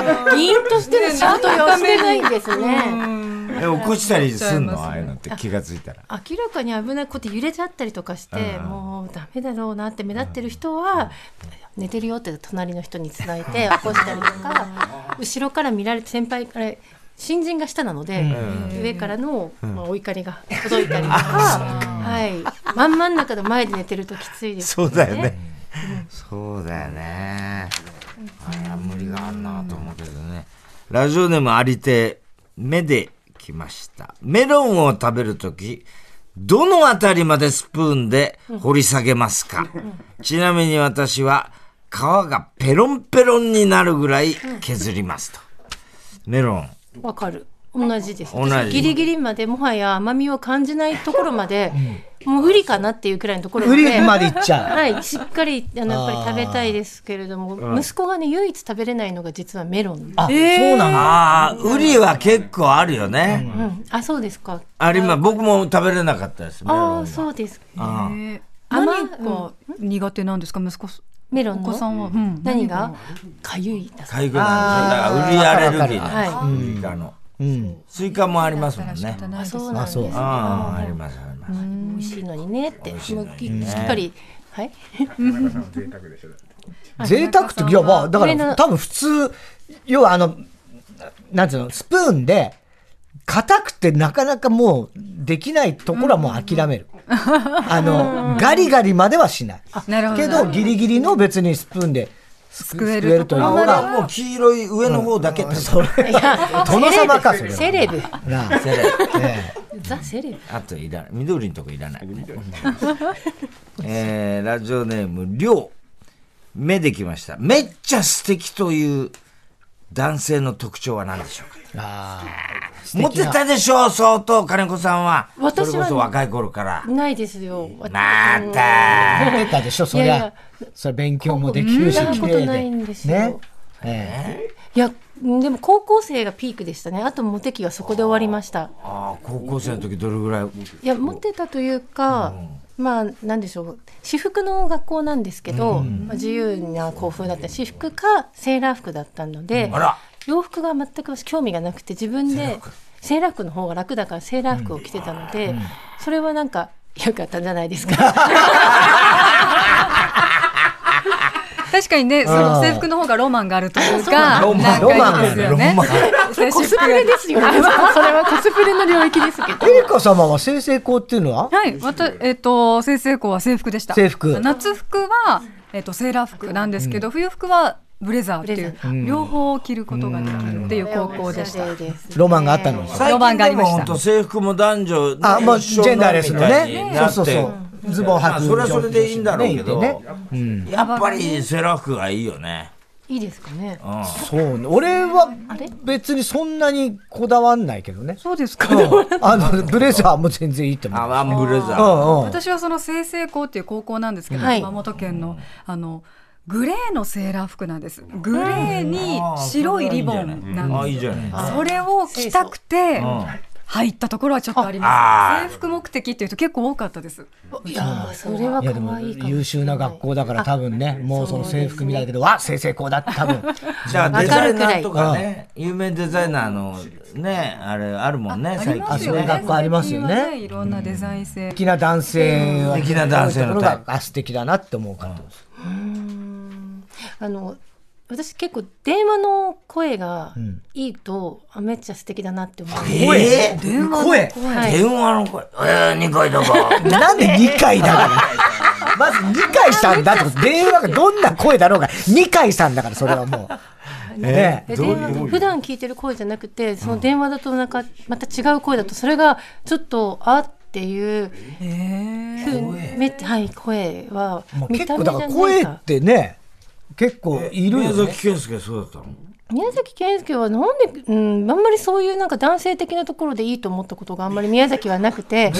Speaker 2: なんか議員としての仕事をしてないんですね。
Speaker 3: え起こしたりすん
Speaker 4: 起こしち
Speaker 3: のあ
Speaker 4: ゃいますね
Speaker 3: あいうのって気がついたら。
Speaker 2: 明らかに危ないこと揺れちゃったりとかして、もうダメだろうなって目立ってる人は、寝てるよって隣の人に伝えて起こしたりとか後ろから見られて先輩から新人が下なので、上からの、まあ、お怒りが届いたりとか、はい、真ん真ん中の前で寝てるときついです
Speaker 3: そうだよね。そうだよね。あら、無理があるなと思うけどね。ラジオネームありて、目で来ました。メロンを食べるとき、どのあたりまでスプーンで掘り下げますか、ちなみに私は、皮がペロンペロンになるぐらい削りますと。メロン。
Speaker 2: わかる同じです
Speaker 3: 同じ
Speaker 2: 私ギリギリまでもはや甘みを感じないところまで、もう不利かなっていうくらいのところま
Speaker 1: 売
Speaker 2: で
Speaker 1: りまで行っちゃう。
Speaker 2: はい、しっかりあのやっぱり食べたいですけれども、息子がね唯一食べれないのが実はメロン。
Speaker 1: あ、そうなんだ。
Speaker 3: ああ、ウリは結構あるよね。
Speaker 2: うん、あそうですか。
Speaker 3: あれ今、僕も食べれなかったです。メロ
Speaker 2: あ
Speaker 3: ン
Speaker 2: あそうです。
Speaker 3: は。うん
Speaker 4: ね
Speaker 2: 甘
Speaker 4: 何が苦手なんですか息子さん
Speaker 2: メロン
Speaker 4: お
Speaker 2: の
Speaker 4: 子さんは、うん
Speaker 2: 何がかゆいだそう。
Speaker 3: かゆくなるだから売りアレルギー
Speaker 2: はい
Speaker 3: なんですよ、売りかの。
Speaker 1: うん。
Speaker 3: スイカもありますもんね。
Speaker 2: あそうなん
Speaker 1: あ、
Speaker 2: で
Speaker 1: そ
Speaker 2: す
Speaker 1: う。。
Speaker 3: ああ、あります、あります。
Speaker 2: 美味しいのにねって、
Speaker 3: 味しいの
Speaker 2: もうき
Speaker 3: にね
Speaker 2: しっかりはい。
Speaker 1: 贅沢って、いや、まあ、だか
Speaker 2: 上
Speaker 1: ら、
Speaker 2: の
Speaker 1: 多分普通、要はあの、なんつうの、スプーンで、硬くてなかなかもう、できないところはもう諦 める。あの、ガリガリまではしない。
Speaker 4: なるほど
Speaker 1: けど、ギリギリの別にスプーンで、す
Speaker 4: くえる
Speaker 1: すくえるという
Speaker 3: あ
Speaker 1: の
Speaker 3: 俺は
Speaker 1: が、
Speaker 3: もう黄色い上の方だけって
Speaker 1: それは、殿様か、それは。
Speaker 2: セレブ
Speaker 1: なあ、ええ
Speaker 2: ザセレブ。
Speaker 3: あといらない。緑のとこいらない。えー、ラジオネーム、りょう。目できました。めっちゃ素敵という男性の特徴は何でしょうか
Speaker 1: あー
Speaker 3: モテたでしょう、相当、金子さんは。
Speaker 2: 私は
Speaker 3: それこそ若い頃から。
Speaker 2: ないですよ。私
Speaker 3: また
Speaker 1: モテたでしょ、そ
Speaker 2: い
Speaker 1: り
Speaker 2: やい
Speaker 1: ゃ
Speaker 2: や。
Speaker 1: それ勉強もできるし、
Speaker 2: そんな
Speaker 1: 綺
Speaker 2: こと
Speaker 1: 麗
Speaker 2: ないんです
Speaker 1: で。
Speaker 2: よ
Speaker 1: ね。え
Speaker 2: いやでも高校生がピークでしたね。あとモテ期はそこで終わりました。
Speaker 3: ああ、高校生の時どれぐらい
Speaker 2: いや持ってたというか、まあなんでしょう私服の学校なんですけど、まあ、自由な校風だった私服かセーラー服だったので、
Speaker 3: あら
Speaker 2: 洋服が全く興味がなくて自分でセーラー服の方が楽だからセーラー服を着てたので、それはなんか良かったんじゃないですか。
Speaker 4: 確かにね、その制服の方がロマンがあるというか、
Speaker 1: ロマン
Speaker 4: なんかいいですよね
Speaker 1: ロマン。
Speaker 4: 制
Speaker 2: コ
Speaker 4: 服
Speaker 2: スプレです よね。それはコスプレの領域ですけど。
Speaker 1: え。エリカ様は先生校っていうのは
Speaker 4: はい、また、えっ、と、先生校は制服でした。
Speaker 1: 制服
Speaker 4: 夏服は、えっ、と、セーラー服なんですけど、冬服はブレザーっていう、両方着ることができるっていう高校でした。
Speaker 1: ロマンがあったのに
Speaker 4: いロマンがあり
Speaker 3: 最近でも
Speaker 4: ました
Speaker 3: 本当制服も男女
Speaker 1: あ、もうジ
Speaker 3: 一緒
Speaker 1: ェンダーレスの
Speaker 3: みたいに
Speaker 1: ね。
Speaker 3: な
Speaker 1: そ
Speaker 3: っ
Speaker 1: う
Speaker 3: て
Speaker 1: そうそう。ズボン
Speaker 3: ま
Speaker 1: 履
Speaker 3: あ
Speaker 1: く。
Speaker 3: それはそれでいいんだろうけど、
Speaker 1: ね
Speaker 3: やっぱりセーラー服がいいよね。
Speaker 2: いいですかね。
Speaker 3: うん
Speaker 1: そうね。俺は
Speaker 2: れ
Speaker 1: 別にそんなにこだわんないけどね。
Speaker 4: そうですか。
Speaker 1: あの、ブレザーも全然いいと思
Speaker 3: あ、
Speaker 1: う。
Speaker 3: ワンブレザ
Speaker 1: う
Speaker 3: ー。
Speaker 1: んうん。
Speaker 4: 私はその清成校っていう高校なんですけど、
Speaker 2: はい
Speaker 4: 熊本県の、あの、グレーのセーラー服なんです。グレーに白いリボンなん
Speaker 3: あ、
Speaker 4: で
Speaker 3: い
Speaker 4: す
Speaker 3: いじゃない。
Speaker 4: それを着たくて、入ったところはちょっとあり
Speaker 3: あ
Speaker 4: ま
Speaker 3: あー
Speaker 4: す。制服目的っていうと結構多かったです。
Speaker 2: いやーそれはい
Speaker 1: やでも
Speaker 2: 可愛いかも
Speaker 1: 優秀な学校だから多分ね、もうその制服見ただけど、わ、正々校だって多分。
Speaker 3: じゃあデザイナーとかね、有名デザイナーのね、あれあるもんね、
Speaker 4: あり
Speaker 3: 最
Speaker 4: ま
Speaker 3: 近
Speaker 4: すよね。
Speaker 1: あそういう
Speaker 3: ね。
Speaker 1: 学校ありますよね
Speaker 4: 最近はいろんなデザイン性。
Speaker 1: 素敵な男性は
Speaker 3: 素敵な男性の
Speaker 1: ところ
Speaker 3: タイ
Speaker 1: が
Speaker 3: プ
Speaker 1: あ素敵だなって思うから
Speaker 2: あの私結構電話の声がいいと、あめっちゃ素敵だなって思う。
Speaker 3: えー
Speaker 1: 電話声
Speaker 2: はい
Speaker 3: 電話の声。えー、2回だか。
Speaker 1: なんで2回だからまず2回さんだってこと 電話がどんな声だろうが2回さんだからそれはもうねえ
Speaker 2: で電話普段聞いてる声じゃなくてその電話だとなんかまた違う声だとそれがちょっとあっていうふうにめっはい声は
Speaker 1: まあ
Speaker 2: 見
Speaker 1: 結
Speaker 2: た
Speaker 1: 構
Speaker 2: 目じ
Speaker 1: だ
Speaker 2: ゃ
Speaker 1: から
Speaker 2: ない
Speaker 1: 声
Speaker 2: か
Speaker 1: ってね結構いる
Speaker 3: 宮
Speaker 1: よね
Speaker 3: 崎健介そうだったの
Speaker 2: 宮崎健介はなんで、うん、あんまりそういうなんか男性的なところでいいと思ったことがあんまり宮崎はなくて、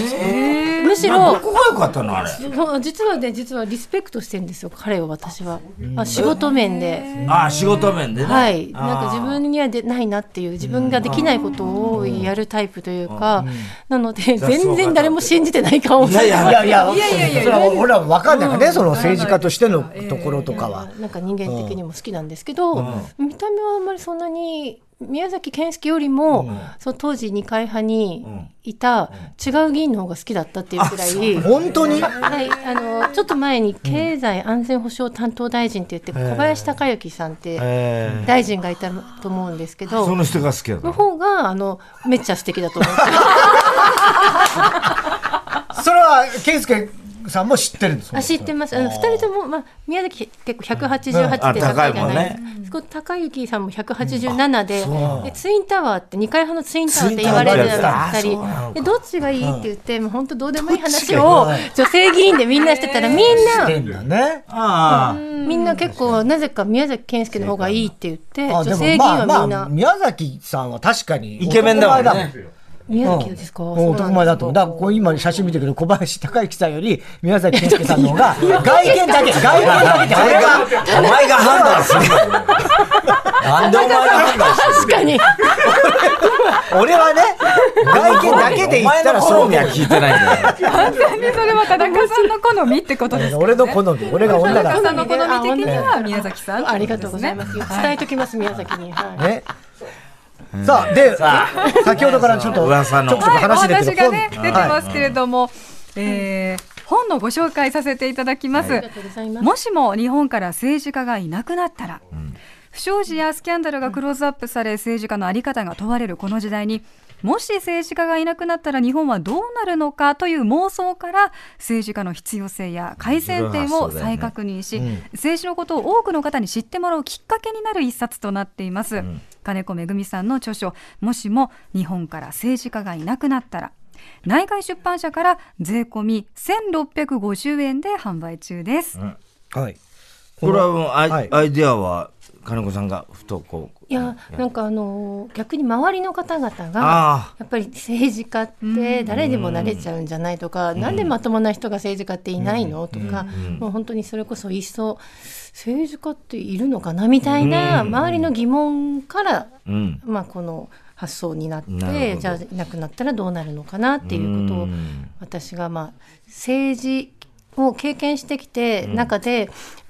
Speaker 2: むし
Speaker 3: など
Speaker 2: ろ
Speaker 3: こが良かったのあれ。
Speaker 2: そう実はね実はリスペクトしてるんですよ彼を私は、あ仕事面で。
Speaker 3: あ、仕事面でね。
Speaker 2: はい、
Speaker 3: あー
Speaker 2: なんか自分にはでないなっていう自分ができないことをやるタイプというか、なので
Speaker 3: 雑草が
Speaker 2: 全然誰も信じてない顔を
Speaker 3: いやいや
Speaker 1: いやいや
Speaker 4: いやいやいや
Speaker 1: それは俺らも分かんないからねその政治家としてのところとかは
Speaker 2: なんか人間的にも好きなんですけど、見た目はあんまりそんなに宮崎健介よりも、その当時二階派にいた違う議員の方が好きだったっていうくらい、
Speaker 1: 本当に
Speaker 2: はい、あのちょっと前に経済安全保障担当大臣って言って小林孝之さんって
Speaker 3: え
Speaker 2: 大臣がいたと思うんですけ
Speaker 3: ーそ
Speaker 2: ど。
Speaker 3: の人が好きだったの。
Speaker 2: の方があのめっちゃ素敵だと思ってます
Speaker 1: それは健介さんも知ってるんです
Speaker 2: あ知ってます。あの二人ともまあ宮崎結構百八十八
Speaker 3: あ
Speaker 2: って高いじゃない
Speaker 3: 高い
Speaker 2: です
Speaker 3: も
Speaker 2: か。そこ高雪さんも百八十七で、でツインタワーって二階派のツインタワーって言われてたの
Speaker 3: ツイ
Speaker 2: 二
Speaker 3: ンタワーだ
Speaker 2: 人。でどっちがいいって言ってもう本当どうでもいい話を女性議員でみんなしてたらみんな
Speaker 1: るんだね
Speaker 3: ああ。
Speaker 2: みんな結構なぜか宮崎健介の方がいいって言って
Speaker 1: あ
Speaker 2: 女
Speaker 1: でも
Speaker 2: 性議員はみんな、
Speaker 1: まあまあ宮崎さんは確かに
Speaker 3: イケメンだもんね
Speaker 1: 男前
Speaker 2: 宮崎ですか、
Speaker 1: うん男前だと思う。だからこう今写真見てるけど、小林孝之さんより宮崎健介さんの方が、外見だけ、外見だけで、あれが、
Speaker 3: お前が判断するんだよ。なんでお前が判断する
Speaker 2: 確かに
Speaker 1: 俺はね、外見だけで言ったらそう
Speaker 3: お前の好みは聞いてないんだよ。
Speaker 4: 完全にそれは田中さんの好みってことですか。
Speaker 1: 俺の好み、俺が女だ
Speaker 4: 田中
Speaker 1: か
Speaker 4: さんの好み的には宮崎さん。
Speaker 2: ありがとうございます伝えときます宮崎に、はい
Speaker 1: ら。ね。さあ、で、先ほどからちょっと、
Speaker 3: 噂の
Speaker 1: ちょくちょく話
Speaker 4: はい、
Speaker 1: 出
Speaker 4: お
Speaker 1: て
Speaker 4: 話
Speaker 1: る
Speaker 4: が
Speaker 1: 本
Speaker 4: ね出てますけれども、えー本のご紹介させていただきます、
Speaker 2: りがとうございます
Speaker 4: もしも日本から政治家がいなくなったら、不祥事やスキャンダルがクローズアップされ政治家のあり方が問われるこの時代にもし政治家がいなくなったら日本はどうなるのかという妄想から政治家の必要性や改善点を再確認し、政治のことを多くの方に知ってもらうきっかけになる一冊となっています、金子恵美さんの著書「もしも日本から政治家がいなくなったら」内外出版社から税込み1650円で販売中です。
Speaker 1: 当はい。
Speaker 3: これはもうアイ,、
Speaker 1: はい
Speaker 3: アイディアは金子さんがふとこう
Speaker 2: いやなんかあのー逆に周りの方々が
Speaker 3: あ
Speaker 2: やっぱり政治家って誰でもなれちゃうんじゃないとか、なんでまともな人が政治家っていないの、とか、もう本当にそれこそ一層政治家っているのかなみたいな周りの疑問から、
Speaker 3: あうん
Speaker 2: まあ、この発想になっ
Speaker 3: なるほ
Speaker 2: て
Speaker 3: ど
Speaker 2: じゃあいなくなったらどうなるのかなっていうことを
Speaker 3: うん
Speaker 2: 私がまあ政治を経験してきて中で、やっ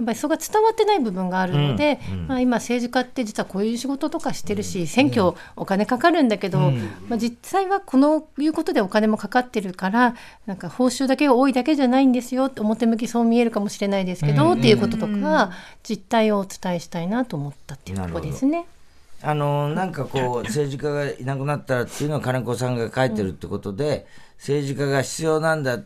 Speaker 2: ぱりそれが伝わってない部分があるので、まあ、今政治家って実はこういう仕事とかしてるし、選挙お金かかるんだけど、まあ、実際はこのいうことでお金もかかってるからなんか報酬だけが多いだけじゃないんですよって表向きそう見えるかもしれないですけど、っていうこととか実態をお伝えしたいなと思ったっていうところですね。
Speaker 3: あのなんかこう政治家がいなくなったらっていうのは金子さんが書いてるってことで、政治家が必要なんだ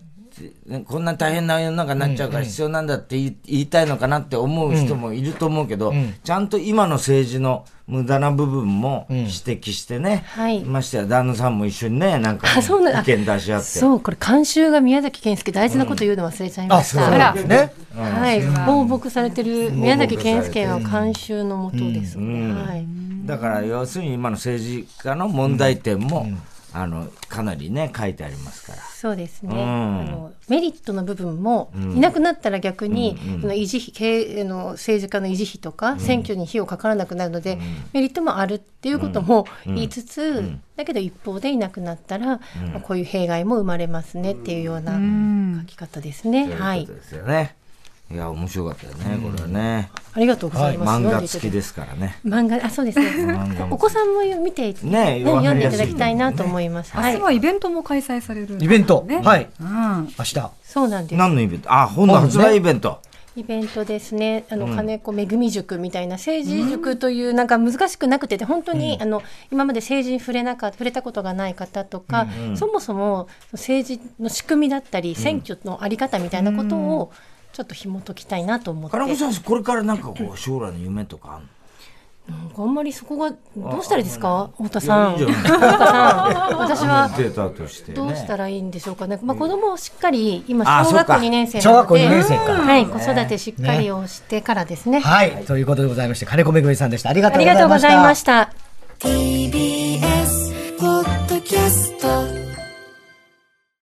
Speaker 3: ねこんな大変な世の中になっちゃうから必要なんだって言い言いたいのかなって思う人もいると思うけど、ちゃんと今の政治の無駄な部分も指摘してね、
Speaker 2: はい
Speaker 3: ましてや旦那さんも一緒にね、なんか
Speaker 2: あそうなん
Speaker 3: 意見出し合って。
Speaker 2: そうこれ監修が宮崎健介大事なこと言うの忘れちゃいま
Speaker 1: あ、
Speaker 2: し
Speaker 1: そう
Speaker 2: た、
Speaker 1: なんですね。
Speaker 2: はい放牧されてる宮崎健介の監修のもとです、はい
Speaker 3: だから要するに今の政治家の問題点も、あのかなりね書いてありますから。
Speaker 2: そうですね、
Speaker 3: うん
Speaker 2: あのメリットの部分も、いなくなったら逆に、あの維持費経営あの政治家の維持費とか、選挙に費用かからなくなるので、メリットもあるっていうことも言いつつ、だけど一方でいなくなったら、まあこういう弊害も生まれますねっていうような書き方ですね。は
Speaker 3: という
Speaker 2: い
Speaker 3: こと、ですよね。いや面白かったよね、これはね。
Speaker 2: ありがとうございます。
Speaker 3: 漫画
Speaker 2: 読んでいた
Speaker 3: 付
Speaker 2: だ
Speaker 3: き
Speaker 2: いて
Speaker 3: ですからね。
Speaker 2: 漫画あそうですね
Speaker 3: 漫画も
Speaker 2: お子さんも見て、
Speaker 3: ね
Speaker 2: ね
Speaker 3: わか
Speaker 2: 読ん
Speaker 3: り
Speaker 2: でい
Speaker 3: やすい
Speaker 2: ただきたいなと思います。は
Speaker 4: 明
Speaker 2: い
Speaker 4: 日はイベントも開催されるんです
Speaker 1: イベント。
Speaker 4: ね
Speaker 1: はい。
Speaker 4: うん
Speaker 1: 明日。
Speaker 2: そうなんです
Speaker 3: 何のイベントあ本の発売イベント。
Speaker 2: イベントですね、あの金子めぐみ塾みたいな政治塾というなんか難しくなくて、本当に、あの今まで政治に触れなか触れたことがない方とか、そもそも政治の仕組みだったり、選挙のあり方みたいなことをちょっと紐解きたいなと思って、
Speaker 3: 金子さんこれからなんかこう将来の夢とかあんの
Speaker 2: なんかあんまりそこがどうしたらいいですか、太田さん。
Speaker 3: いやいいじゃん
Speaker 2: 太田 さん、私は
Speaker 3: データとしてね。
Speaker 2: どうしたらいいんでしょうかね。まあ、子供をしっかり今
Speaker 3: あそ
Speaker 2: 小
Speaker 3: う
Speaker 2: 学校
Speaker 3: か
Speaker 2: 2年生
Speaker 1: 小
Speaker 2: な
Speaker 1: 学校
Speaker 2: ので、
Speaker 1: 2年生から
Speaker 2: はい、子育てしっかりをしてからですね。
Speaker 1: はい。ということでございまして、金子めぐみさんでした。ありが
Speaker 2: あ
Speaker 1: とう
Speaker 2: り
Speaker 1: ござい
Speaker 2: がとう
Speaker 1: ま
Speaker 2: ご
Speaker 1: し
Speaker 2: ざい
Speaker 1: た
Speaker 2: ま。した。
Speaker 5: TBS ポッドキャスト